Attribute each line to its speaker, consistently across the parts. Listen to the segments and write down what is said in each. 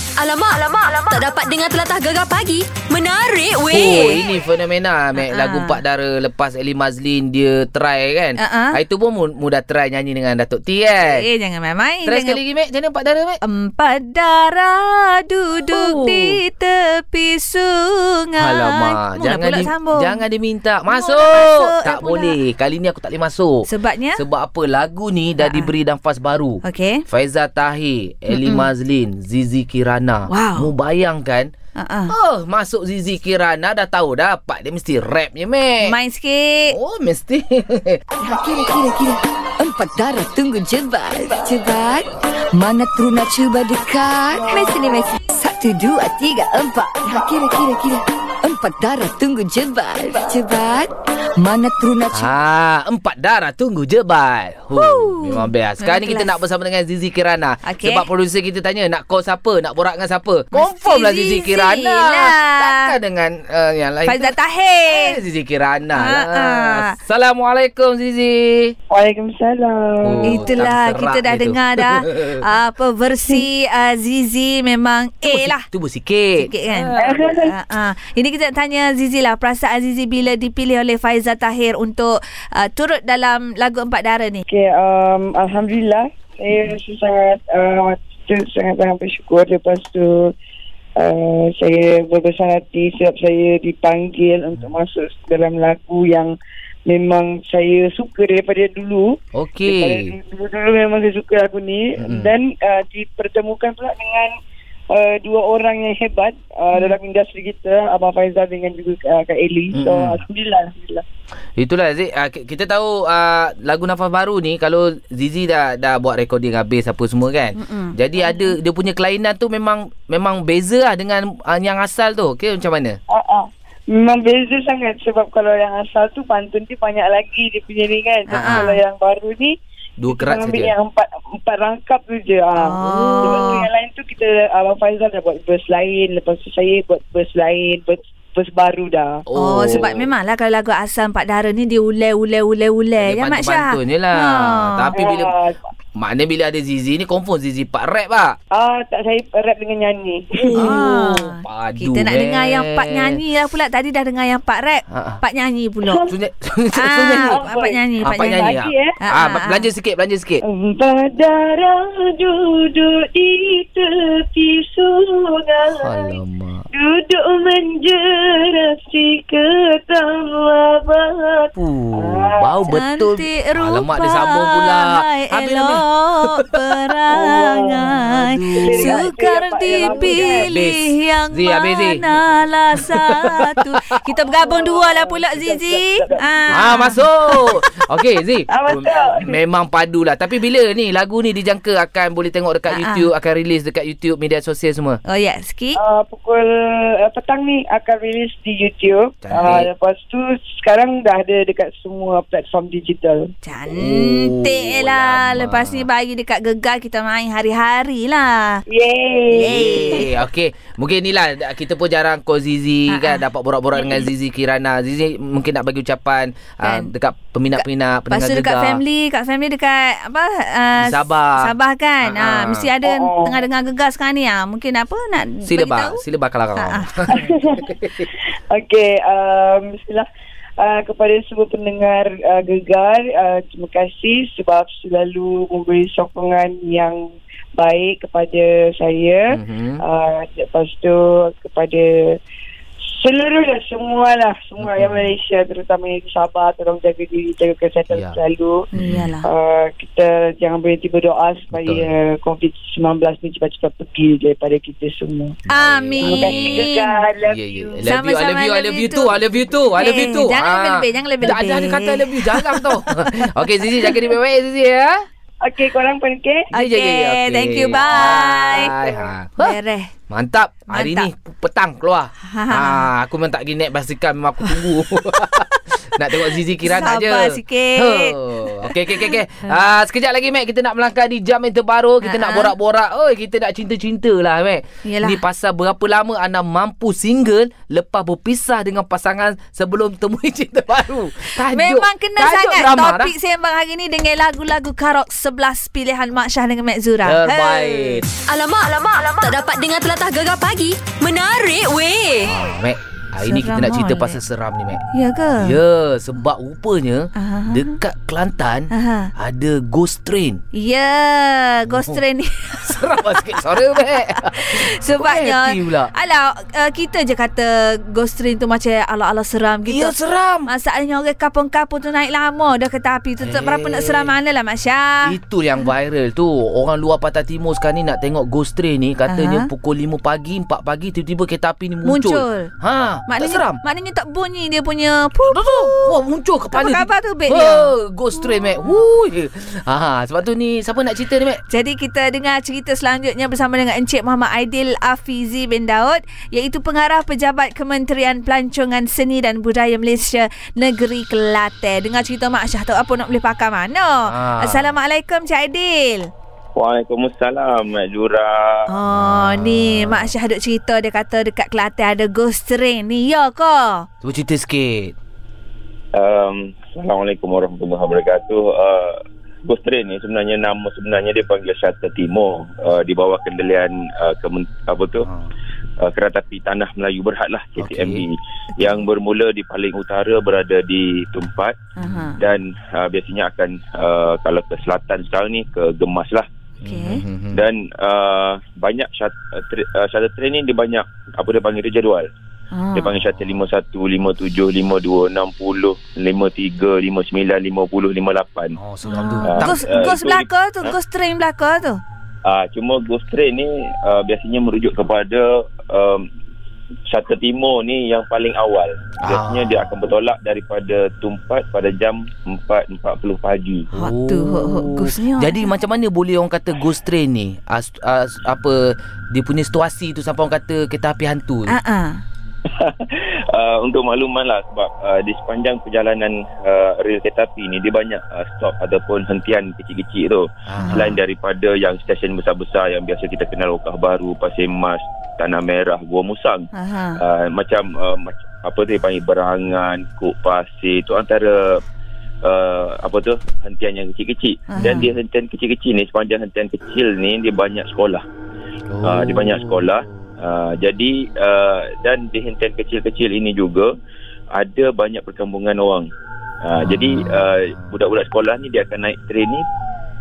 Speaker 1: Alamak, alamak, alamak. Tak dapat dengar telatah gegar pagi. Menarik
Speaker 2: Oh
Speaker 1: weh.
Speaker 2: ini fenomena Mac
Speaker 1: Ah.
Speaker 2: Lagu Pak Dara Lepas Eli Mazlin Dia try kan
Speaker 3: Ah, ah.
Speaker 2: Itu pun mu- mudah try Nyanyi dengan Datuk T kan
Speaker 3: Eh, jangan main-main.
Speaker 2: Try
Speaker 3: jangan...
Speaker 2: sekali lagi Mac Macam mana Pak Dara Mac
Speaker 3: Empat darah duduk
Speaker 1: Oh.
Speaker 3: oh. di tepi sungai.
Speaker 2: Alamak
Speaker 3: Mula
Speaker 2: jangan
Speaker 3: pula
Speaker 2: di,
Speaker 3: sambung.
Speaker 2: jangan diminta
Speaker 3: Mula
Speaker 2: masuk.
Speaker 3: masuk,
Speaker 2: tak
Speaker 3: dah pula.
Speaker 2: boleh. Kali ni aku tak boleh masuk.
Speaker 3: Sebabnya?
Speaker 2: Sebab apa? Lagu ni dah
Speaker 3: Ha-ha.
Speaker 2: diberi nafas baru.
Speaker 3: Okey.
Speaker 2: Faiza Tahir, Eli Mazlin, Zizi Kirana.
Speaker 3: Wow.
Speaker 2: Mu bayangkan
Speaker 3: Uh-uh.
Speaker 2: Oh, masuk Zizi Kirana dah tahu dah Pak dia mesti rap je, Mac.
Speaker 3: Main sikit.
Speaker 2: Oh, mesti.
Speaker 4: Kira, kira, kira. Empat darah tunggu jebat. Jebat. Mana teruna cuba dekat. Mesej ni mesej. Satu, dua, tiga, empat. Kira, kira, kira. Empat darah tunggu jebat. Jebat. Mana teruna cuba.
Speaker 2: Ah, empat darah tunggu jebat. Huh, memang best. Sekarang ni
Speaker 3: Memang
Speaker 2: kita
Speaker 3: kelas.
Speaker 2: nak bersama dengan Zizi Kirana.
Speaker 3: Okey.
Speaker 2: Sebab producer kita tanya nak call siapa, nak borak dengan siapa. Confirm lah Zizi
Speaker 3: Zizi
Speaker 2: Kirana.
Speaker 3: lah.
Speaker 2: Takkan dengan uh, yang lain.
Speaker 3: Faizah
Speaker 2: tu. Eh,
Speaker 3: Tahir.
Speaker 2: Zizi Kirana
Speaker 3: Ah,
Speaker 2: lah.
Speaker 3: ah.
Speaker 2: Assalamualaikum Zizi.
Speaker 5: Waalaikumsalam.
Speaker 2: Oh,
Speaker 3: Itulah
Speaker 2: tak
Speaker 3: kita
Speaker 2: serak
Speaker 3: dah
Speaker 2: dia tu.
Speaker 3: dengar dah apa versi uh, Zizi memang A lah.
Speaker 2: Tu pun sikit.
Speaker 3: Sikit kan
Speaker 2: Ah.
Speaker 3: uh, uh. Ini kita nak tanya Zizi lah Perasaan Zizi bila dipilih oleh Faiza Tahir Untuk uh, turut dalam lagu Empat Darah ni
Speaker 5: Okay, um, Alhamdulillah. Saya rasa sangat, uh, tu- sangat-sangat bersyukur. Lepas tu, uh, saya berbesar hati sebab saya dipanggil untuk masuk dalam lagu yang memang saya suka daripada dulu. Daripada
Speaker 2: Okey.
Speaker 5: dulu- Dulu-dulu memang saya suka lagu ni.
Speaker 2: Mm-mm.
Speaker 5: Dan uh, dipertemukan pula dengan Uh, dua orang yang hebat
Speaker 2: Mm.
Speaker 5: uh, dalam industri kita Abang Faizal dengan juga uh, Kak Eli so
Speaker 2: Mm-mm.
Speaker 5: Alhamdulillah Alhamdulillah
Speaker 2: Itulah Zik uh, Kita tahu uh, Lagu Nafas Baru ni Kalau Zizi dah Dah buat recording habis Apa semua kan Mm-mm. Jadi ada Dia punya kelainan tu Memang Memang beza lah Dengan uh, yang asal tu Okay macam mana
Speaker 5: Uh-uh. Memang beza sangat sebab kalau yang asal tu pantun dia banyak lagi dia punya ni kan. Tapi
Speaker 2: Ah.
Speaker 5: kalau yang baru ni
Speaker 2: Dua kerat
Speaker 5: kita ambil
Speaker 2: saja
Speaker 5: yang empat empat rangkap tu je. Ah.
Speaker 3: Oh.
Speaker 5: Sebab tu yang lain tu kita Abang Faizal dah buat verse lain, lepas tu saya buat verse lain, verse, verse baru dah.
Speaker 3: Oh, oh sebab memanglah kalau lagu asam Empat Darah ni dia ulai ulai ulai ulai ya
Speaker 2: Dia
Speaker 3: Mak Syah. Ha.
Speaker 2: pantun-pantun je lah Tapi bila
Speaker 5: Ah,
Speaker 2: Maknanya bila ada Zizi ni Confirm Zizi part rap lah
Speaker 5: ah, tak saya rap dengan nyanyi.
Speaker 3: Ah.
Speaker 2: padu,
Speaker 3: Kita nak
Speaker 2: eh.
Speaker 3: dengar yang part nyanyi lah pula Tadi dah dengar yang part rap
Speaker 2: Ha, ha.
Speaker 3: Part nyanyi pula
Speaker 2: So, nyanyi So nyanyi
Speaker 3: Ah, part nyanyi
Speaker 2: Ah,
Speaker 3: Part
Speaker 2: part nyanyi
Speaker 3: nyanyi
Speaker 5: Pagi, eh.
Speaker 2: ah. Ah,
Speaker 3: Ah, ah, ah.
Speaker 2: Belanja sikit Belanja sikit
Speaker 5: Empat darah duduk di tepi sungai.
Speaker 2: Alamak
Speaker 5: Duduk menjerat si ketam labat
Speaker 2: Uh, bau betul.
Speaker 3: Cantik rupa
Speaker 2: Alamak dia sambung pula. Habis Oh, habis.
Speaker 3: Elok perangai
Speaker 5: Aduh.
Speaker 3: Sukar
Speaker 5: Dia dapat
Speaker 3: dipilih
Speaker 2: yang lama.
Speaker 3: yang
Speaker 2: Habis. Zee, habis, Zee.
Speaker 3: manalah satu Kita bergabung dua lah pula Zizi
Speaker 2: Ah, masuk. Okey, Zee.
Speaker 5: Ah, masuk.
Speaker 2: Memang padu lah. Tapi bila ni lagu ni dijangka akan boleh tengok dekat
Speaker 3: Ah, ah.
Speaker 2: YouTube, akan release dekat YouTube, media sosial semua.
Speaker 3: Oh ya sikit
Speaker 5: uh, Pukul uh, petang ni akan rilis di YouTube uh,
Speaker 2: Cantik.
Speaker 5: Lepas tu sekarang dah ada dekat semua platform digital
Speaker 3: Cantik
Speaker 2: Oh,
Speaker 3: lah
Speaker 2: lama.
Speaker 3: Lepas ni bagi dekat gegar Kita main hari-hari lah
Speaker 5: Yeay
Speaker 2: Yeay. Okey, mungkin inilah kita pun jarang call
Speaker 3: Ah,
Speaker 2: Zizi kan dapat borak-borak dengan Zizi Kirana. Zizi mungkin nak bagi ucapan ah,
Speaker 3: Kan.
Speaker 2: dekat
Speaker 3: Lepas
Speaker 2: peminat-peminat pendengar
Speaker 3: tu dekat
Speaker 2: gegar.
Speaker 3: family Kat family dekat Apa uh,
Speaker 2: Di Sabah.
Speaker 3: Sabah kan
Speaker 2: Ah,
Speaker 3: uh,
Speaker 2: ah.
Speaker 3: Mesti ada
Speaker 5: Oh, oh.
Speaker 3: Tengah dengar gegar sekarang ni uh. Mungkin apa Nak
Speaker 2: Sila
Speaker 3: bagi
Speaker 2: bak,
Speaker 3: tahu?
Speaker 2: sila bakal kau.
Speaker 3: Ah,
Speaker 5: Okay um, Bismillah Uh, kepada semua pendengar uh, Gegar uh, terima kasih sebab selalu memberi sokongan yang baik kepada saya
Speaker 2: Mhm.
Speaker 5: Uh, lepas tu kepada seluruh lah semua lah semua
Speaker 2: Mhm.
Speaker 5: yang Malaysia terutama yang di Sabah tolong jaga diri jaga kesihatan
Speaker 2: Ya.
Speaker 5: yeah. selalu
Speaker 3: Oh, Iyalah
Speaker 5: uh, kita jangan berhenti berdoa supaya COVID-19 ni cepat-cepat pergi daripada kita semua terima kasih
Speaker 3: Amin
Speaker 5: Gegar
Speaker 2: Yeah,
Speaker 5: love
Speaker 2: yeah. I love you,
Speaker 5: you
Speaker 2: I
Speaker 3: Sama-sama,
Speaker 2: love you, I love you too, I love you too, I love you
Speaker 3: Eh,
Speaker 2: too. Ah.
Speaker 3: jangan lebih-lebih, jangan lebih-lebih.
Speaker 2: Ada ada kata I love you, jarang tau. Okey, Zizi jaga diri baik-baik Zizi ya.
Speaker 5: okay korang pun okay
Speaker 2: Okey,
Speaker 3: Okay, thank you, bye.
Speaker 2: ya, Bye. Ha.
Speaker 3: Bereh
Speaker 2: Mantap. Hari
Speaker 3: Mantap.
Speaker 2: ni petang keluar. Ha, aku memang tak pergi naik basikal memang aku tunggu. Nak tengok Zizi Kirana je.
Speaker 3: Sabar sikit. Ha.
Speaker 2: Oh. Okey, okey, okey. Okay. Ah, sekejap lagi, Mac. Kita nak melangkah di jam yang terbaru. Kita nak
Speaker 3: Ha-ha.
Speaker 2: borak-borak. Oi, kita nak cinta-cinta lah, Mac.
Speaker 3: Yelah.
Speaker 2: Ni pasal berapa lama anda mampu single lepas berpisah dengan pasangan sebelum temui cinta baru. Tajuk.
Speaker 3: Memang kena
Speaker 2: tajuk
Speaker 3: sangat
Speaker 2: drama lah.
Speaker 3: topik sembang hari ni dengan lagu-lagu karok 11 pilihan Mak Syah dengan Mak Zura.
Speaker 2: Dah. Terbaik.
Speaker 1: Alamak, alamak, alamak. Tak dapat dengar telatah gegar pagi. Menarik weh.
Speaker 2: Ah, Mac, hari ni kita
Speaker 3: Seram lah.
Speaker 2: nak cerita
Speaker 3: oleh.
Speaker 2: pasal seram ni, Mac.
Speaker 3: Ya ke?
Speaker 2: Ya, sebab rupanya
Speaker 3: Aha.
Speaker 2: dekat Kelantan
Speaker 3: Aha.
Speaker 2: ada ghost train.
Speaker 3: Ya, ghost
Speaker 2: Oh.
Speaker 3: train ni.
Speaker 2: Seram lah sikit suara, Mac.
Speaker 3: Sebabnya
Speaker 2: Kualiti pula.
Speaker 3: Alah uh, Kita je kata Ghost train tu macam Ala-ala seram gitu
Speaker 2: Ya, seram.
Speaker 3: Masalahnya orang kapung-kapung tu naik lama dah kereta api tu. Hey.
Speaker 2: Eh.
Speaker 3: Berapa nak seram mana lah Mak Syah.
Speaker 2: Itu yang viral tu Orang luar Pantai Timur sekarang ni Nak tengok ghost train ni Katanya
Speaker 3: Aha.
Speaker 2: pukul 5 pagi 4 pagi Tiba-tiba kereta api ni muncul
Speaker 3: Muncul.
Speaker 2: Ha Tak
Speaker 3: Maknanya,
Speaker 2: seram
Speaker 3: maknanya tak bunyi dia punya pu
Speaker 2: Tu, tu. Wah muncul kepala
Speaker 3: apa khabar tu, Bek,
Speaker 2: Oh,
Speaker 3: dia?
Speaker 2: Ghost train Mac Wuih. ha, Sebab tu ni Siapa nak cerita ni Mac
Speaker 3: Jadi kita dengar cerita selanjutnya bersama dengan Encik Muhammad Aidil Afizi bin Daud iaitu pengarah pejabat Kementerian Pelancongan Seni dan Budaya Malaysia Negeri Kelantan. Dengar cerita Mak Syah tak apa nak boleh pakai mana.
Speaker 2: Ah.
Speaker 6: Ha.
Speaker 3: Assalamualaikum Cik Aidil.
Speaker 6: Waalaikumsalam Mak Jura.
Speaker 3: Oh ni Mak Syah duk cerita dia kata dekat Kelantan ada ghost train ni ya ke?
Speaker 2: Cuba cerita sikit
Speaker 6: Um, Assalamualaikum warahmatullahi wabarakatuh. Uh, Ghost Train ni sebenarnya nama sebenarnya dia panggil Shuttle Timur uh, di bawah kendalian uh, kemen, apa tu
Speaker 2: ha.
Speaker 6: uh, kereta api tanah Melayu Berhad lah KTMB
Speaker 2: Okey.
Speaker 6: yang bermula di paling utara berada di Tumpat
Speaker 3: Aha.
Speaker 6: dan uh, biasanya akan uh, kalau ke selatan sekarang ni ke Gemas lah
Speaker 3: Okey.
Speaker 2: Mhm.
Speaker 6: dan uh, banyak shut- uh, tra- uh, shuttle train ni dia banyak apa dia panggil dia jadual
Speaker 3: Ah.
Speaker 6: Dia panggil shuttle 51, 57, 52, 60, 53, 59, 50, 58.
Speaker 2: Oh seram tu
Speaker 3: Ah.
Speaker 2: Tak
Speaker 3: Ghost,
Speaker 6: Ah,
Speaker 3: ghost
Speaker 6: itu-
Speaker 3: belaka tu,
Speaker 6: Ha?
Speaker 3: ghost train belaka tu.
Speaker 6: Ah, cuma ghost train ni ah, biasanya merujuk kepada um, shuttle timur ni yang paling awal. Biasanya
Speaker 2: Ah.
Speaker 6: dia akan bertolak daripada Tumpat pada jam 4.40 pagi.
Speaker 3: Hot tu, hot- hot ghostnya.
Speaker 2: Oh. Jadi macam mana boleh orang kata ghost train ni ah, st- ah, s- Apa Dia punya situasi tu Sampai orang kata kereta api hantu tu
Speaker 3: Ah ah.
Speaker 6: Ah, untuk makluman lah sebab ah, di sepanjang perjalanan ah, rel kereta api ni dia banyak ah, stop ataupun hentian kecil-kecil tu.
Speaker 2: Ah.
Speaker 6: Selain daripada yang stesen besar-besar yang biasa kita kenal Okah Baru, Pasir Mas, Tanah Merah, Gua Musang.
Speaker 3: Aha.
Speaker 6: Uh, macam uh, mac- apa tu dia panggil berangan, kuk pasir tu antara uh, apa tu hentian yang kecil-kecil.
Speaker 3: Aha.
Speaker 6: Dan dia hentian kecil-kecil ni sepanjang hentian kecil ni dia banyak sekolah. Ah, dia banyak sekolah. Uh, jadi uh, dan di hentian kecil-kecil ini juga ada banyak perkampungan orang. Uh, Jadi uh, budak-budak sekolah ni dia akan naik train ni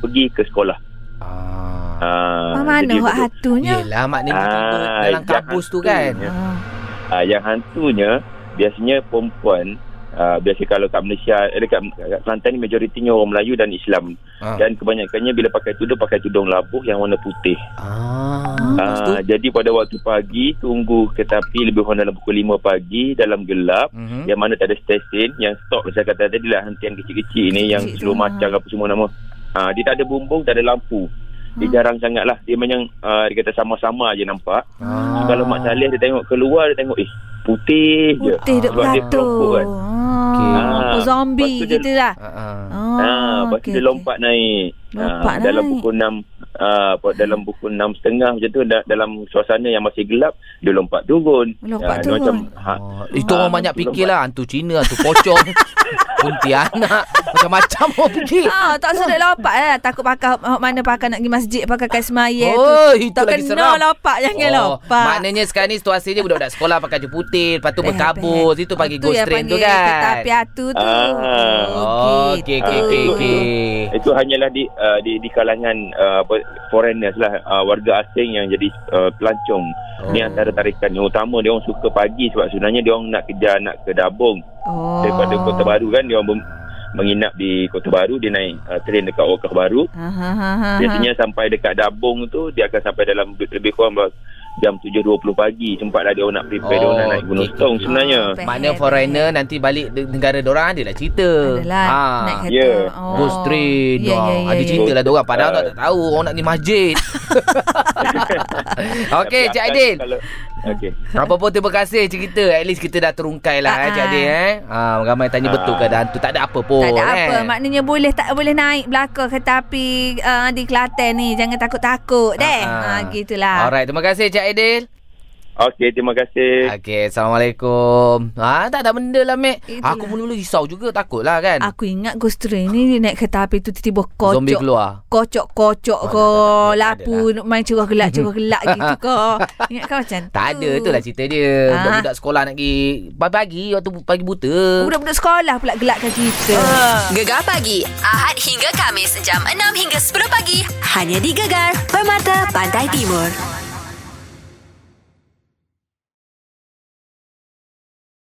Speaker 6: pergi ke sekolah.
Speaker 2: Ah.
Speaker 6: Ah,
Speaker 3: Ah, mana
Speaker 6: jadi
Speaker 3: hak
Speaker 6: betul-
Speaker 3: hatunya?
Speaker 2: Yelah maknanya ah, tidur
Speaker 6: Ah,
Speaker 2: dalam
Speaker 6: jahat
Speaker 2: kabus tu
Speaker 6: tu.
Speaker 2: kan
Speaker 3: Ah.
Speaker 6: ah, yang hantunya biasanya perempuan ah, biasa kalau kat Malaysia eh, dekat, kat Kelantan ni majoritinya orang Melayu dan Islam
Speaker 2: ah.
Speaker 6: dan kebanyakannya bila pakai tudung pakai tudung labuh yang warna putih.
Speaker 2: ah. Lepas tu
Speaker 6: Ah, jadi pada waktu pagi tunggu kereta api lebih kurang dalam pukul 5 pagi dalam gelap
Speaker 2: Mhm.
Speaker 3: Hmm?
Speaker 6: yang mana tak ada stesen yang stop saya kata tadi lah hentian kecil-kecil ni yang
Speaker 3: Kecil tu,
Speaker 6: seluruh macam apa semua nama ha, dia tak ada bumbung tak ada lampu
Speaker 3: Hmm?
Speaker 6: dia jarang sangat lah dia memang uh, dia kata sama-sama je nampak
Speaker 2: Ah.
Speaker 6: kalau Mak Saleh dia tengok keluar dia tengok eh putih je Ha,
Speaker 3: Putih duk
Speaker 6: Sebab dia
Speaker 3: beratur.
Speaker 6: kelompok kan.
Speaker 3: Ah.
Speaker 6: Ah,
Speaker 3: Apa zombie
Speaker 6: lepas tu dia-
Speaker 3: gitu lah.
Speaker 2: Ah, ah.
Speaker 3: Oh,
Speaker 6: Ah, lepas tu
Speaker 3: okey,
Speaker 6: dia
Speaker 3: okey.
Speaker 6: lompat naik.
Speaker 3: Lompat
Speaker 6: Ah, Dalam
Speaker 3: naik.
Speaker 6: pukul 6 ah, apa, dalam pukul 6 setengah macam tu da- dalam suasana yang masih gelap dia lompat turun.
Speaker 3: Lompat
Speaker 6: Ah, dia
Speaker 3: turun.
Speaker 6: ha,
Speaker 2: Oh, itu
Speaker 6: Ah,
Speaker 2: orang banyak
Speaker 6: betul,
Speaker 2: fikir lah Hantu Cina, hantu pocong Pontianak Macam-macam orang fikir
Speaker 3: Ah, tak sedap lompat lah. Takut pakai hok mana pakai nak pergi masjid pakai kain semaya tu.
Speaker 2: Oh, itu
Speaker 3: tak
Speaker 2: lagi
Speaker 3: kena
Speaker 2: seram. Oh,
Speaker 3: lompat, Ah, jangan lompat.
Speaker 2: Maknanya sekarang ni situasinya budak-budak sekolah pakai baju putih, lepas tu
Speaker 3: Behel,
Speaker 2: berkabus,
Speaker 3: behel.
Speaker 2: itu pagi
Speaker 3: Oh,
Speaker 2: ghost
Speaker 3: yang
Speaker 2: train tu
Speaker 3: panggil Kereta
Speaker 2: kan.
Speaker 3: api hatu tu.
Speaker 6: Ah.
Speaker 2: Oh, okey okey okey
Speaker 3: gitu.
Speaker 2: okey.
Speaker 6: Eh, Itu hanyalah di uh, di, di kalangan uh, apa, foreigners lah uh, warga asing yang jadi uh, pelancong.
Speaker 2: Oh.
Speaker 6: Ni antara tarikan yang utama dia orang suka pagi sebab sebenarnya dia orang nak kerja nak ke Dabung
Speaker 3: Oh.
Speaker 6: daripada Kota Baru kan dia orang mem- menginap di Kota Baru dia naik uh, train dekat Wakaf Baru
Speaker 3: Aha, aha, aha.
Speaker 6: Biasanya sampai dekat Dabung tu dia akan sampai dalam lebih kurang ber- jam 7.20 pagi sempatlah dia orang nak prepare oh, dia orang nak
Speaker 2: Oh,
Speaker 6: naik Gunung
Speaker 2: okey,
Speaker 6: Setong
Speaker 2: okey.
Speaker 6: sebenarnya.
Speaker 3: Behel,
Speaker 2: Maknanya
Speaker 3: behel.
Speaker 2: foreigner nanti balik de- negara dorang adalah cerita. Ah.
Speaker 3: Adalah naik kereta.
Speaker 6: Ya.
Speaker 3: Oh.
Speaker 2: Ghost train
Speaker 3: Ya, ya,
Speaker 2: yeah,
Speaker 3: ya,
Speaker 2: Ah, Ada
Speaker 3: ya,
Speaker 2: cerita
Speaker 6: ya.
Speaker 2: lah diorang Padahal uh, tak tahu Orang nak pergi masjid Okey,
Speaker 6: Tapi
Speaker 2: Cik
Speaker 6: akan
Speaker 2: Aidil.
Speaker 6: kalau- Okey.
Speaker 2: Apa pun terima kasih cerita. At least kita dah terungkai lah eh, Cik
Speaker 3: Ah.
Speaker 2: Aidil eh. Ah, ramai
Speaker 6: Ha.
Speaker 2: tanya betul ke ada hantu. Tak ada apa pun.
Speaker 3: tak ada
Speaker 2: eh.
Speaker 3: apa. Maknanya boleh tak boleh naik belakang kereta api uh, di Kelantan ni. Jangan takut-takut deh.
Speaker 2: Ah, ah.
Speaker 3: Ha, gitulah.
Speaker 2: Alright, terima kasih Cik Aidil.
Speaker 6: Okey, terima kasih.
Speaker 2: Okey, Assalamualaikum. Ah, tak ada benda lah, Mek.
Speaker 3: Itulah.
Speaker 2: Aku mula-mula risau juga, takut lah kan.
Speaker 3: Aku ingat ghost train ni dia naik kereta api tu tiba-tiba kocok.
Speaker 2: Zombie keluar.
Speaker 3: Kocok-kocok
Speaker 2: Oh,
Speaker 3: ko
Speaker 2: tak, tak, tak, tak, tak
Speaker 3: Lapu main cerah gelak Cerah gelak gitu ko Ingat kau macam tu
Speaker 2: Tak ada, itulah cerita dia.
Speaker 3: Ah.
Speaker 2: Budak-budak sekolah nak pergi pagi-pagi, waktu pagi buta.
Speaker 3: Budak-budak sekolah pula gelakkan kita
Speaker 2: Ah.
Speaker 1: Gegar pagi Ahad hingga Kamis Jam 6 hingga 10 pagi Hanya di Gegar Permata Pantai Timur